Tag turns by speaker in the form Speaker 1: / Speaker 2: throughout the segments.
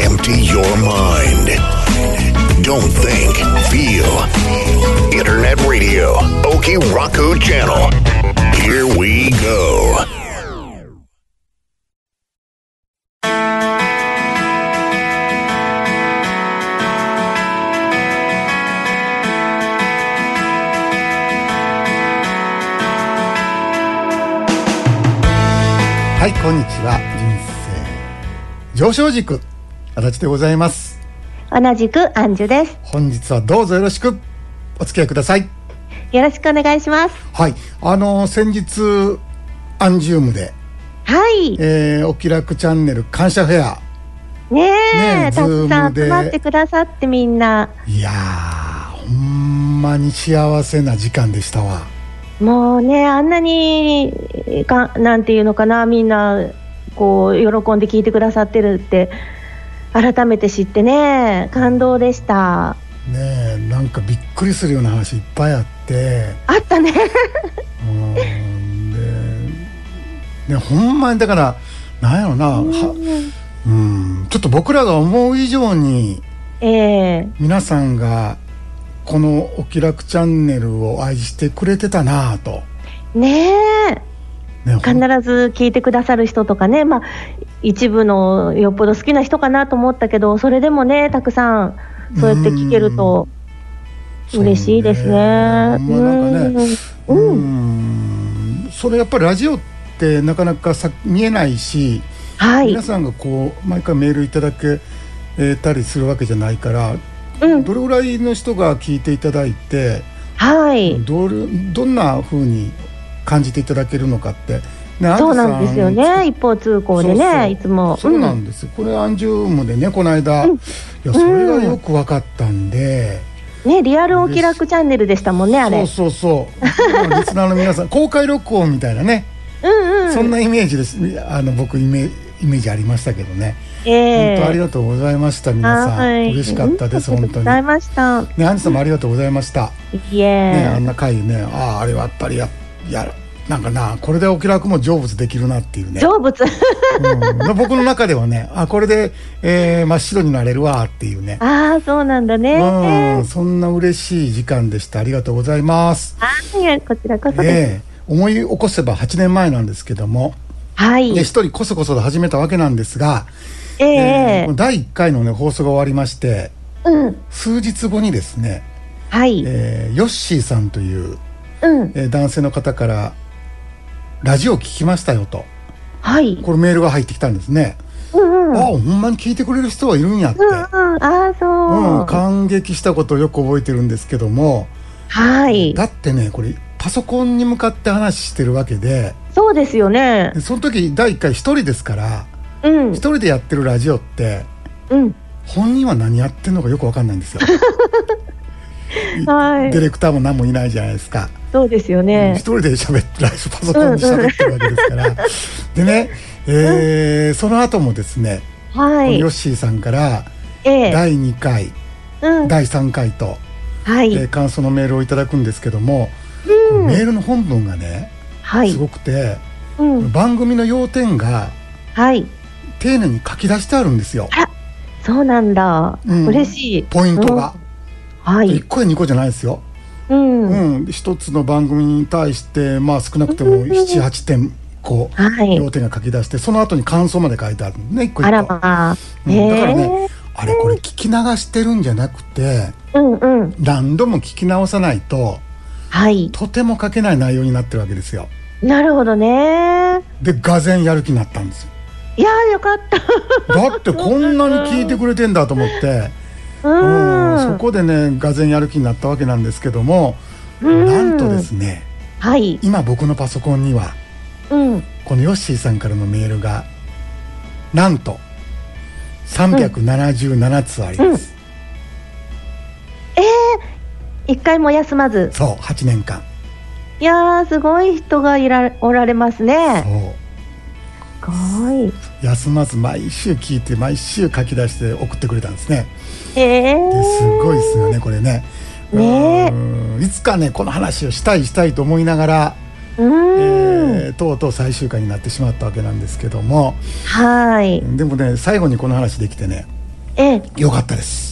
Speaker 1: empty your mind. Don't think, feel. Internet radio, Okiraku channel. Here we go.
Speaker 2: はい、こんにちは。人生上昇軸足立でございます。
Speaker 3: 同じくアンジュです。
Speaker 2: 本日はどうぞよろしくお付き合いください。
Speaker 3: よろしくお願いします。
Speaker 2: はい、あの先日アンジウムで、
Speaker 3: はい。
Speaker 2: えー、お気楽チャンネル感謝フェア。
Speaker 3: ねえ
Speaker 2: ねえ
Speaker 3: たく
Speaker 2: Zoom
Speaker 3: さん
Speaker 2: で
Speaker 3: 集まってくださってみんな。
Speaker 2: いやー、ほんまに幸せな時間でしたわ。
Speaker 3: もうね、あんなに、かなんていうのかな、みんな、こう、喜んで聞いてくださってるって、改めて知ってね、感動でした。
Speaker 2: ねえ、なんかびっくりするような話いっぱいあって、
Speaker 3: あった ね。
Speaker 2: うんで、ね、ほんまにだから、なんやろな、はうん、ちょっと僕らが思う以上に。
Speaker 3: ええ
Speaker 2: 皆さんがこの「お気楽チャンネル」を愛してくれてたなぁと、
Speaker 3: ねえ。
Speaker 2: ね、
Speaker 3: 必ず聞いてくださる人とかね、まあ、一部のよっぽど好きな人かなと思ったけどそれでもねたくさんそうやって聞けると
Speaker 2: うん
Speaker 3: 嬉しいですね。
Speaker 2: そうねほんまなんかね
Speaker 3: う
Speaker 2: うんん
Speaker 3: う
Speaker 2: それやっぱりラジオってなかなかさ見えないし、
Speaker 3: はい
Speaker 2: 皆、さんがこう毎回メールいただけたりするわけじゃないから
Speaker 3: うん、
Speaker 2: どれぐらいの人が聞いていただいて
Speaker 3: はい、
Speaker 2: どれどんな風に感じていただけるのかって、ね
Speaker 3: そうなんですよ
Speaker 2: アンジュさん
Speaker 3: ね。一方通行でね、
Speaker 2: そうそう
Speaker 3: いつも。
Speaker 2: そうなんですよ、これアンジュームでねこの間、いやそれがよく分かったんで、
Speaker 3: うんね、リアルお気楽チャンネルでしたもんね、あ
Speaker 2: そ
Speaker 3: れ
Speaker 2: う。そうそう リスナーの皆さん公開録音みたいなね、
Speaker 3: うんうん。
Speaker 2: そんなイメージですあの僕イメイメージありましたけどね、
Speaker 3: ええ
Speaker 2: 本当ありがとうございました皆さ
Speaker 3: は
Speaker 2: ん
Speaker 3: い
Speaker 2: 嬉しかったです
Speaker 3: うん
Speaker 2: 本当
Speaker 3: あ
Speaker 2: に
Speaker 3: りがとうございました。
Speaker 2: ねアンジュさんもありがとうございました、
Speaker 3: いえ。
Speaker 2: ねあんな回ねあああれはやっぱりややなんかなこれでお気楽も成仏できるなっていうね、
Speaker 3: 成仏。
Speaker 2: うん僕の中ではねあこれで、えー真っ白になれるわっていうね
Speaker 3: ああ、そうなんだね。
Speaker 2: うん、そんな嬉しい時間でした。ありがとうございます。
Speaker 3: はい、こちらこそです。
Speaker 2: ええ思い起こせば8年前なんですけども、
Speaker 3: はい。
Speaker 2: ね一人こそこそで始めたわけなんですが、
Speaker 3: え
Speaker 2: え
Speaker 3: え
Speaker 2: え第1回の、ね、放送が終わりまして、
Speaker 3: うん。
Speaker 2: 数日後にですね、
Speaker 3: はい。
Speaker 2: ええヨッシーさんという、
Speaker 3: うん。
Speaker 2: ええ男性の方から、ラジオ聞きましたよと、
Speaker 3: はい。
Speaker 2: これメールが入ってきたんですね。
Speaker 3: うんうん。うんうん。
Speaker 2: ああ、ほんまに聞いてくれる人はいるんやって、
Speaker 3: ああ、そう。
Speaker 2: うん、感激したことをよく覚えてるんですけども、
Speaker 3: はい。
Speaker 2: だってねこれパソコンに向かって話してるわけで
Speaker 3: そうですよね
Speaker 2: で。その時第1回一人ですから
Speaker 3: うん
Speaker 2: 一。人でやってるラジオって
Speaker 3: うん。
Speaker 2: 本人は何やってんのかよくわかんないんです よ
Speaker 3: は
Speaker 2: ディ
Speaker 3: い。
Speaker 2: レクターも何もいないじゃないですか、
Speaker 3: そうですよ
Speaker 2: 一
Speaker 3: ね。
Speaker 2: 人で喋ってライブパソコンで喋ってるわけです から、でね、えーその後もですね、こ
Speaker 3: は
Speaker 2: の
Speaker 3: い
Speaker 2: ヨッ。シーさんから
Speaker 3: ええ。
Speaker 2: 第2回、
Speaker 3: うん。
Speaker 2: 第3回と、
Speaker 3: は
Speaker 2: えー
Speaker 3: い。
Speaker 2: 感想のメールをいただくんですけども、
Speaker 3: うん。
Speaker 2: メールの本文がね
Speaker 3: は
Speaker 2: す
Speaker 3: い。
Speaker 2: ごくて、
Speaker 3: うん。
Speaker 2: 番組の要点が
Speaker 3: はい。
Speaker 2: 丁寧に書き出してあるんですよ
Speaker 3: そうなんだ。
Speaker 2: うん
Speaker 3: 嬉しい。
Speaker 2: ポイントが、
Speaker 3: うん。は
Speaker 2: 一
Speaker 3: い。
Speaker 2: 1個や2個じゃないですよ、
Speaker 3: う。
Speaker 2: うんん一つの番組に対して、まあ、少なくても
Speaker 3: うん
Speaker 2: 78点こう、
Speaker 3: はい
Speaker 2: 要。点が書き出してその後に感想まで書いてあるのね1個
Speaker 3: あら
Speaker 2: 1個、
Speaker 3: まあ。
Speaker 2: うんだからね
Speaker 3: ね
Speaker 2: あれこれ聞き流してるんじゃなくて
Speaker 3: え。うんうん。
Speaker 2: 何度も聞き直さないと
Speaker 3: はい。
Speaker 2: とても書けない内容になってるわけですよ
Speaker 3: なるほどね。
Speaker 2: でがぜんやる気になったんですよ
Speaker 3: いやーよかった。
Speaker 2: だってこんなに聞いてくれてんだと思って
Speaker 3: う。
Speaker 2: うんんそこでねがぜんやる気になったわけなんですけども、
Speaker 3: うん
Speaker 2: なんとですね
Speaker 3: はい。
Speaker 2: 今僕のパソコンには
Speaker 3: うん。
Speaker 2: このヨッシーさんからのメールがなんと377通あります、
Speaker 3: 一回も休まず。
Speaker 2: そう8年間
Speaker 3: いやー、すごい人がいらおられます
Speaker 2: そ
Speaker 3: ね。
Speaker 2: う
Speaker 3: すごい。
Speaker 2: 休まず毎週聞いて毎週書き出して送ってくれたんですね
Speaker 3: えー、
Speaker 2: ですごいですよねこれね
Speaker 3: ねえ
Speaker 2: うんいつかねこの話をしたいしたいと思いながら、
Speaker 3: うーん、
Speaker 2: えーとうとう最終回になってしまったわけなんですけども
Speaker 3: はい。
Speaker 2: でもね最後にこの話できてね
Speaker 3: えええ
Speaker 2: 良かったです。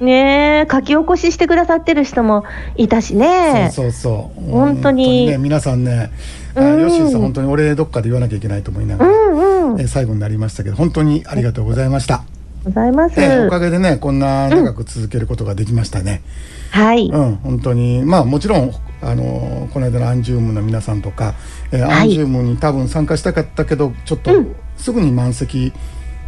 Speaker 3: ねえ書き起こししてくださってる人もいたしね
Speaker 2: そうそうそう。
Speaker 3: 本当に
Speaker 2: ね、皆さんね、あ
Speaker 3: うん
Speaker 2: 吉井さん本当にお礼どっかで言わなきゃいけないと思いながら、
Speaker 3: うんうん
Speaker 2: え最後になりましたけど本当にありがとうございました。
Speaker 3: ございます、
Speaker 2: えおかげでねこんな長く続けることができましたね。
Speaker 3: はい、
Speaker 2: うん、本当にまあもちろんあのこの間のアンジュームの皆さんとか、えー
Speaker 3: はい
Speaker 2: アンジュームに多分参加したかったけどちょっとすぐに満席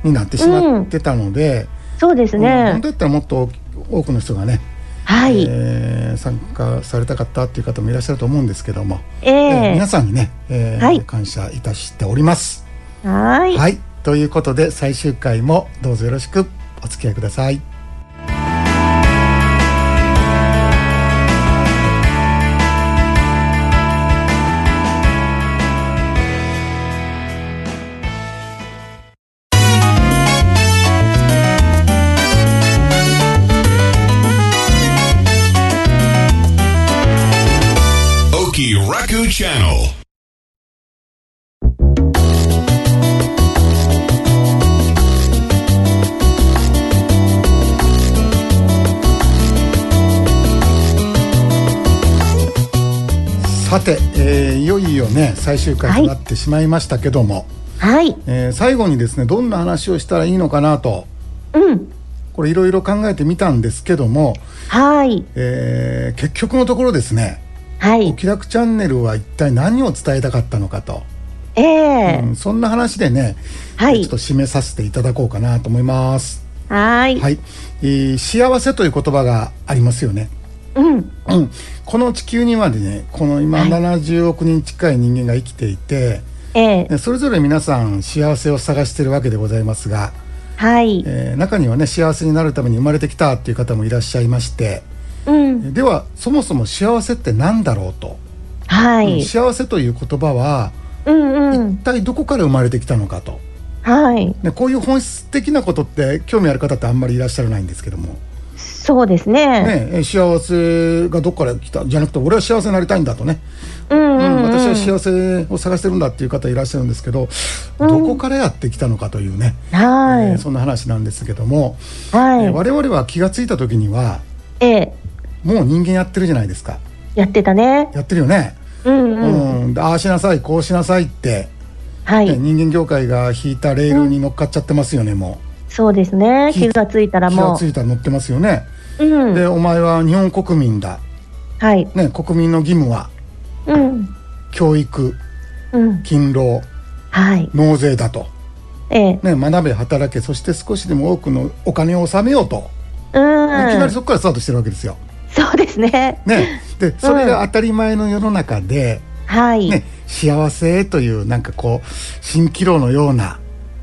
Speaker 2: になってしまってたので、
Speaker 3: そうです
Speaker 2: うん
Speaker 3: ね
Speaker 2: 本当、だったらもっと多くの人がね、
Speaker 3: はい、
Speaker 2: えー参加されたかったっていう方もいらっしゃると思うんですけども、
Speaker 3: え
Speaker 2: えー
Speaker 3: え
Speaker 2: 皆さんにね、えー
Speaker 3: はい
Speaker 2: 感謝いたしております。
Speaker 3: はーい
Speaker 2: はい、ということで最終回もどうぞよろしくお付き合いください。
Speaker 1: Oki Raku Channel.
Speaker 2: さて、えーいよいよね最終回となってしまいましたけども、
Speaker 3: はい
Speaker 2: えー最後にですねどんな話をしたらいいのかなと
Speaker 3: うん
Speaker 2: これいろいろ考えてみたんですけども、
Speaker 3: はい
Speaker 2: えー結局のところですね
Speaker 3: はい
Speaker 2: 「気楽チャンネル」は一体何を伝えたかったのかと、
Speaker 3: ええ
Speaker 2: うんそんな話でね、
Speaker 3: はい
Speaker 2: ちょっと締めさせていただこうかなと思います。
Speaker 3: はーい
Speaker 2: はい、えー幸せという言葉がありますよね。
Speaker 3: うん
Speaker 2: うん、この地球にまでねこの今70億人近い人間が生きていて、
Speaker 3: ええ
Speaker 2: ねそれぞれ皆さん幸せを探してるわけでございますが、
Speaker 3: はい
Speaker 2: えー中にはね幸せになるために生まれてきたっていう方もいらっしゃいまして
Speaker 3: うん
Speaker 2: ではそもそも幸せって何だろうと、
Speaker 3: はい
Speaker 2: 幸せという言葉は
Speaker 3: うんう
Speaker 2: 一
Speaker 3: ん
Speaker 2: 体どこから生まれてきたのかと、
Speaker 3: はい
Speaker 2: ね、こういう本質的なことって興味ある方ってあんまりいらっしゃらないんですけども、ね
Speaker 3: そうですね
Speaker 2: えー幸せがどこから来たじゃなくて俺は幸せになりたいんだとね、
Speaker 3: うんう
Speaker 2: うん
Speaker 3: ん、うん、
Speaker 2: 私は幸せを探してるんだっていう方いらっしゃるんですけど、どこからやってきたのかというね、
Speaker 3: は
Speaker 2: えー
Speaker 3: い、
Speaker 2: そんな話なんですけども、えー
Speaker 3: はい
Speaker 2: 我々は気がついた時には
Speaker 3: ええ
Speaker 2: もう人間やってるじゃないですか
Speaker 3: やってたね
Speaker 2: やってるよね、
Speaker 3: うん
Speaker 2: う
Speaker 3: うん、
Speaker 2: んああしなさいこうしなさいって、
Speaker 3: は
Speaker 2: ね
Speaker 3: い
Speaker 2: 人間業界が引いたレールに乗っかっちゃってますよねも
Speaker 3: そうですね
Speaker 2: 気
Speaker 3: 気がついた
Speaker 2: う
Speaker 3: ら
Speaker 2: 気が
Speaker 3: も
Speaker 2: ついたら乗ってますよね、
Speaker 3: ううん
Speaker 2: でお前は日本国民だ、
Speaker 3: はい
Speaker 2: ね、国民の義務は
Speaker 3: うん
Speaker 2: 教育
Speaker 3: うん
Speaker 2: 勤労
Speaker 3: はい
Speaker 2: 納税だと、
Speaker 3: ええ
Speaker 2: ね、学べ働けそして少しでも多くのお金を納めようと、いきな
Speaker 3: う
Speaker 2: り
Speaker 3: ん
Speaker 2: そこからスタートしてるわけですよ。
Speaker 3: そうですね
Speaker 2: ね、でそれが当たり前の世の中で、
Speaker 3: はい、
Speaker 2: ね、幸せというなんかこう蜃気楼のような、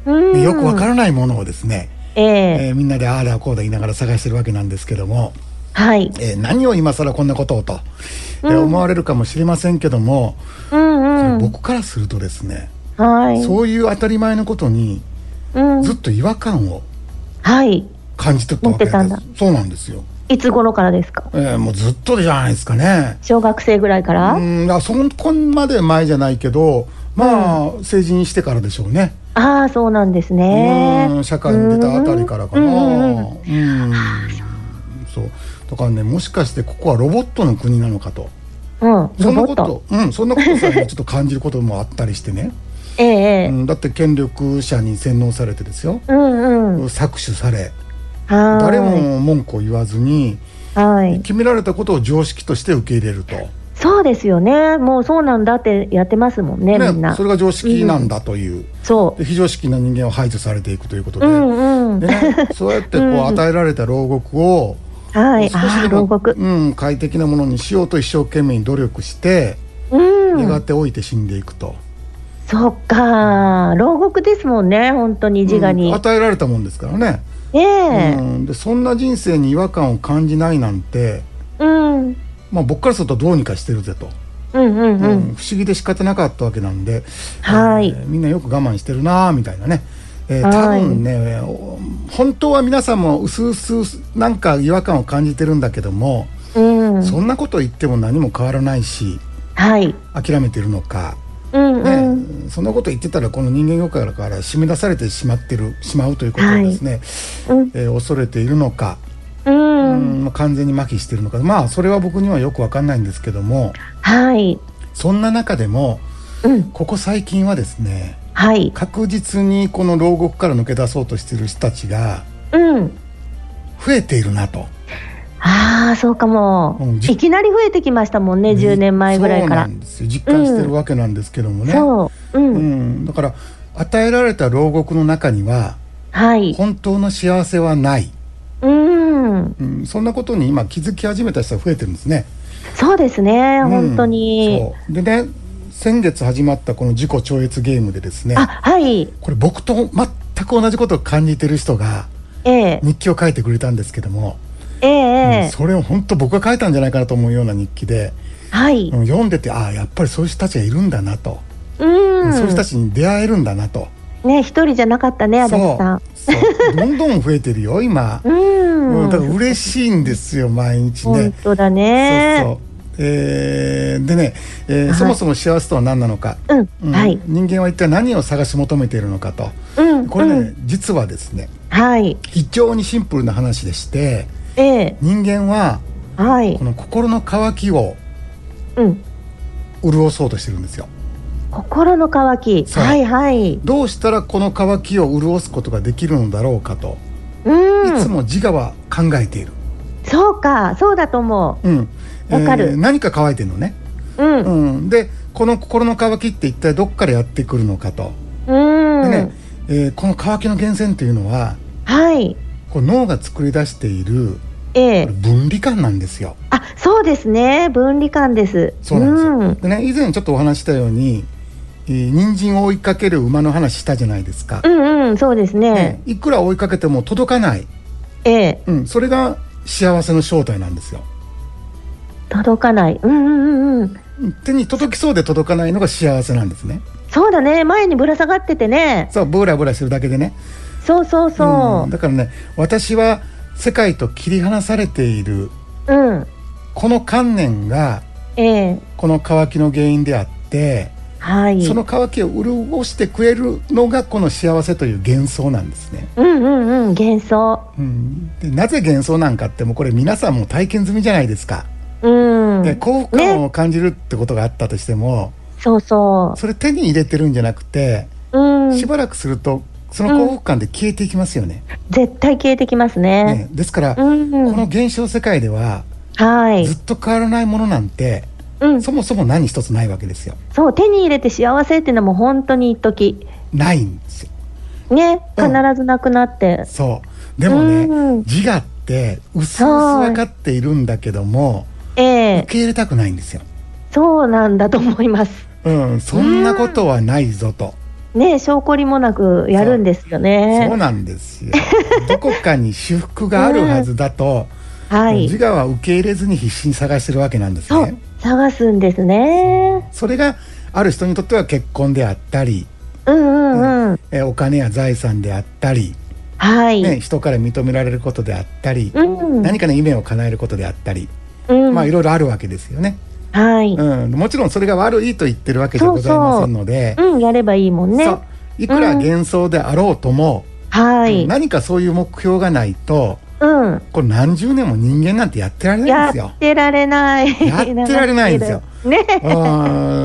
Speaker 3: うん
Speaker 2: よくわからないものをですね、
Speaker 3: ええ
Speaker 2: えーみんなでああだこうだ言いながら探してるわけなんですけども、
Speaker 3: はい
Speaker 2: えー何を今更こんなことをと、えー思われるかもしれませんけども、
Speaker 3: うんうん
Speaker 2: 僕からするとですね、
Speaker 3: はい
Speaker 2: そういう当たり前のことに
Speaker 3: うん
Speaker 2: ずっと違和感を
Speaker 3: はい
Speaker 2: 感じてたわけです
Speaker 3: 持ってたん
Speaker 2: そうなんですよ、
Speaker 3: いつ頃からですか
Speaker 2: えーもうずっとじゃないですかね。
Speaker 3: 小学生ぐらいから、
Speaker 2: うんあそこまで前じゃないけどまあ、成人してからでしょうね。
Speaker 3: ああそうなんですね
Speaker 2: うん社会に出たあたりからかな。
Speaker 3: うんうんう
Speaker 2: う
Speaker 3: ん
Speaker 2: んそうだからねもしかしてここはロボットの国なのかと
Speaker 3: うん
Speaker 2: そ
Speaker 3: ロ
Speaker 2: んな
Speaker 3: ボ
Speaker 2: こ
Speaker 3: ッ
Speaker 2: と
Speaker 3: ト、
Speaker 2: うん、そんなことさえもちょっと感じることもあったりしてね、
Speaker 3: ええ
Speaker 2: う
Speaker 3: ええ
Speaker 2: ん、だって権力者に洗脳されてですよ
Speaker 3: うんうん
Speaker 2: 搾取され
Speaker 3: はーい
Speaker 2: 誰も文句を言わずに
Speaker 3: はい
Speaker 2: 決められたことを常識として受け入れると、
Speaker 3: そうですよねもうそうなんだってやってますもんねみんな
Speaker 2: それが常識なんだという、
Speaker 3: そ
Speaker 2: で非常識な人間を排除されていくということ
Speaker 3: う
Speaker 2: で,、
Speaker 3: うんうん
Speaker 2: でね、そうやってこう与えられた牢獄を
Speaker 3: はい
Speaker 2: 少し
Speaker 3: あ
Speaker 2: でも
Speaker 3: あ牢獄
Speaker 2: うん、快適なものにしようと一生懸命に努力して、
Speaker 3: うん
Speaker 2: やがて老いて死んでいくと、
Speaker 3: そっか牢獄ですもんね本当に自我
Speaker 2: うん
Speaker 3: に
Speaker 2: 与えられたもんですからね、
Speaker 3: ね
Speaker 2: うん、でそんな人生に違和感を感じないなんて、
Speaker 3: えうん
Speaker 2: まあ、僕からするとどうにかしてるぜと、
Speaker 3: うんうんう
Speaker 2: うん
Speaker 3: ん
Speaker 2: 不思議で仕方なかったわけなんで、
Speaker 3: はい
Speaker 2: えーみんなよく我慢してるなーみたいなね。えー、多
Speaker 3: はい
Speaker 2: 分ねお本当は皆さんもうすうすなんか違和感を感じてるんだけども、
Speaker 3: うん
Speaker 2: そんなこと言っても何も変わらないし
Speaker 3: はい
Speaker 2: 諦めてるのか
Speaker 3: うんう
Speaker 2: ね、
Speaker 3: ん、
Speaker 2: そんなこと言ってたらこの人間業界から締め出されてしまってるしまうということをですね、
Speaker 3: うん
Speaker 2: えー恐れているのか、
Speaker 3: うん
Speaker 2: うんまあ完全に麻痺しているのかまあそれは僕にはよくわかんないんですけども
Speaker 3: はい、
Speaker 2: そんな中でも
Speaker 3: うん、
Speaker 2: ここ最近はですね
Speaker 3: はい、
Speaker 2: 確実にこの牢獄から抜け出そうとしている人たちが
Speaker 3: うん。
Speaker 2: 増えているなと。
Speaker 3: ああ、そうかも、
Speaker 2: うんじ
Speaker 3: いきなり増えてきましたもんね、10年前ぐらいか
Speaker 2: そうな
Speaker 3: ら
Speaker 2: ん。ですよ実感してるわけなんですけどもね、
Speaker 3: そう、うん、
Speaker 2: うん、だから与えられた牢獄の中には
Speaker 3: はい、
Speaker 2: 本当の幸せはない、
Speaker 3: うん、
Speaker 2: うん、そんなことに今気づき始めた人が増えてるんですね。
Speaker 3: そうですね、
Speaker 2: うん
Speaker 3: 本当に。
Speaker 2: そうでね先月始まったこの自己超越ゲームでですね
Speaker 3: あ、はい、
Speaker 2: これ僕と全く同じことを感じてる人が
Speaker 3: ええ、
Speaker 2: 日記を書いてくれたんですけども、
Speaker 3: ええ、
Speaker 2: うん
Speaker 3: ええ
Speaker 2: それを本当僕が書いたんじゃないかなと思うような日記で、
Speaker 3: はい、
Speaker 2: うん読んでてああやっぱりそういう人たちがいるんだなと、
Speaker 3: うん、
Speaker 2: そういう人たちに出会えるんだなと。
Speaker 3: ね、一人じゃなかったね、足立さん。
Speaker 2: そうそうどんどん増えてるよ今、
Speaker 3: うん、
Speaker 2: うんだから嬉しいんですよ毎日ね
Speaker 3: 本当だね。
Speaker 2: そうそうえーでね、えー
Speaker 3: はい
Speaker 2: そもそも幸せとは何なのか、
Speaker 3: うん
Speaker 2: うん
Speaker 3: はい
Speaker 2: 人間は一体何を探し求めているのかと
Speaker 3: うん、
Speaker 2: これね、
Speaker 3: うん、
Speaker 2: 実はですね
Speaker 3: はい、
Speaker 2: 非常にシンプルな話でして
Speaker 3: ええ、
Speaker 2: 人間は
Speaker 3: はい
Speaker 2: こ、の心の渇きを
Speaker 3: うん、
Speaker 2: 潤そうとしてるんですよ
Speaker 3: 心の渇き、
Speaker 2: そう
Speaker 3: はいはい、
Speaker 2: どうしたらこの渇きを潤すことができるのだろうかと、
Speaker 3: うん、
Speaker 2: いつも自我は考えている、
Speaker 3: そうか、そうだと思
Speaker 2: うん
Speaker 3: わかる
Speaker 2: 何か乾いてるのね
Speaker 3: う。うん、うん、
Speaker 2: うん、でこの心の渇きって一体どっからやってくるのかと、でね、えーこの渇きの源泉というのは
Speaker 3: はい、
Speaker 2: こう脳が作り出している
Speaker 3: え
Speaker 2: これ
Speaker 3: え、
Speaker 2: 分離感なんですよ。
Speaker 3: あ、そうですね、分離感です。
Speaker 2: そうなんですよ、
Speaker 3: うん
Speaker 2: でね以前ちょっとお話ししたように、えー人参を追いかける馬の話したじゃないですか、
Speaker 3: うんうん、そうですね
Speaker 2: ね。いくら追いかけても届かない、
Speaker 3: ええ、
Speaker 2: うん、それが幸せの正体なんですよ。
Speaker 3: 届かない。うんうんうんうん。
Speaker 2: うん手に届きそうで届かないのが幸せなんですね。
Speaker 3: そうだね、前にぶら下がっててね。
Speaker 2: そうブラブラしてるだけでね。
Speaker 3: そうそうそ
Speaker 2: んだからね私は世界と切り離されている
Speaker 3: う。うん、
Speaker 2: この観念が
Speaker 3: ええ、
Speaker 2: この渇きの原因であって
Speaker 3: はい。
Speaker 2: その渇きを潤してくれるのがこの幸せという幻想なんですね。
Speaker 3: うんうんうん、幻想。
Speaker 2: うん、でなぜ幻想なんかってもうこれ皆さんも体験済みじゃないですか。
Speaker 3: うん。
Speaker 2: で幸福感を感じるってことがあったとしても、
Speaker 3: そうそ
Speaker 2: それ手に入れてるんじゃなくて
Speaker 3: う。うん。
Speaker 2: しばらくするとその幸福感で消えていきますよね。
Speaker 3: 絶対消えてきますね。
Speaker 2: ねですから、
Speaker 3: う
Speaker 2: こ
Speaker 3: ん、うん。
Speaker 2: の現象世界では
Speaker 3: はい
Speaker 2: ず。っと変わらないものなんて
Speaker 3: うん。
Speaker 2: そもそも何一つないわけですよ。
Speaker 3: そう、手に入れて幸せっていうのも本当に一時。
Speaker 2: ないんですよ。
Speaker 3: ね、
Speaker 2: う
Speaker 3: 必
Speaker 2: ん
Speaker 3: ずなくなって。
Speaker 2: そうでもね、
Speaker 3: うん
Speaker 2: 自我って薄々分かっているんだけども
Speaker 3: え
Speaker 2: 受
Speaker 3: え
Speaker 2: け入れたくないんですよ、
Speaker 3: そうなんだと思います。
Speaker 2: うん、そんなことはないぞと、
Speaker 3: ね、証拠りもなくやるんですよ
Speaker 2: そう
Speaker 3: ね。
Speaker 2: なんですよ どこかに私服があるはずだと、
Speaker 3: はい。
Speaker 2: 自我は受け入れずに必死に探してるわけなんです
Speaker 3: そう
Speaker 2: ね、
Speaker 3: 探すんですね。
Speaker 2: それがある人にとっては結婚であったり、
Speaker 3: うんうんうん。
Speaker 2: えお金や財産であったり、
Speaker 3: はい。
Speaker 2: ね、人から認められることであったり、
Speaker 3: うん。
Speaker 2: 何かの夢を叶えることであったり、
Speaker 3: うん。
Speaker 2: まあいろいろあるわけですよね。
Speaker 3: はい。
Speaker 2: うん、もちろんそれが悪いと言ってるわけじゃございませんので
Speaker 3: うん、やればいいもんね。
Speaker 2: そういくら幻想であろうとも、
Speaker 3: は
Speaker 2: うん
Speaker 3: い。
Speaker 2: 何かそういう目標がないと
Speaker 3: うん。
Speaker 2: これ何十年も人間なんてやってられない
Speaker 3: や
Speaker 2: んですよ
Speaker 3: っ。てられない。
Speaker 2: やってられないんですよ
Speaker 3: ね。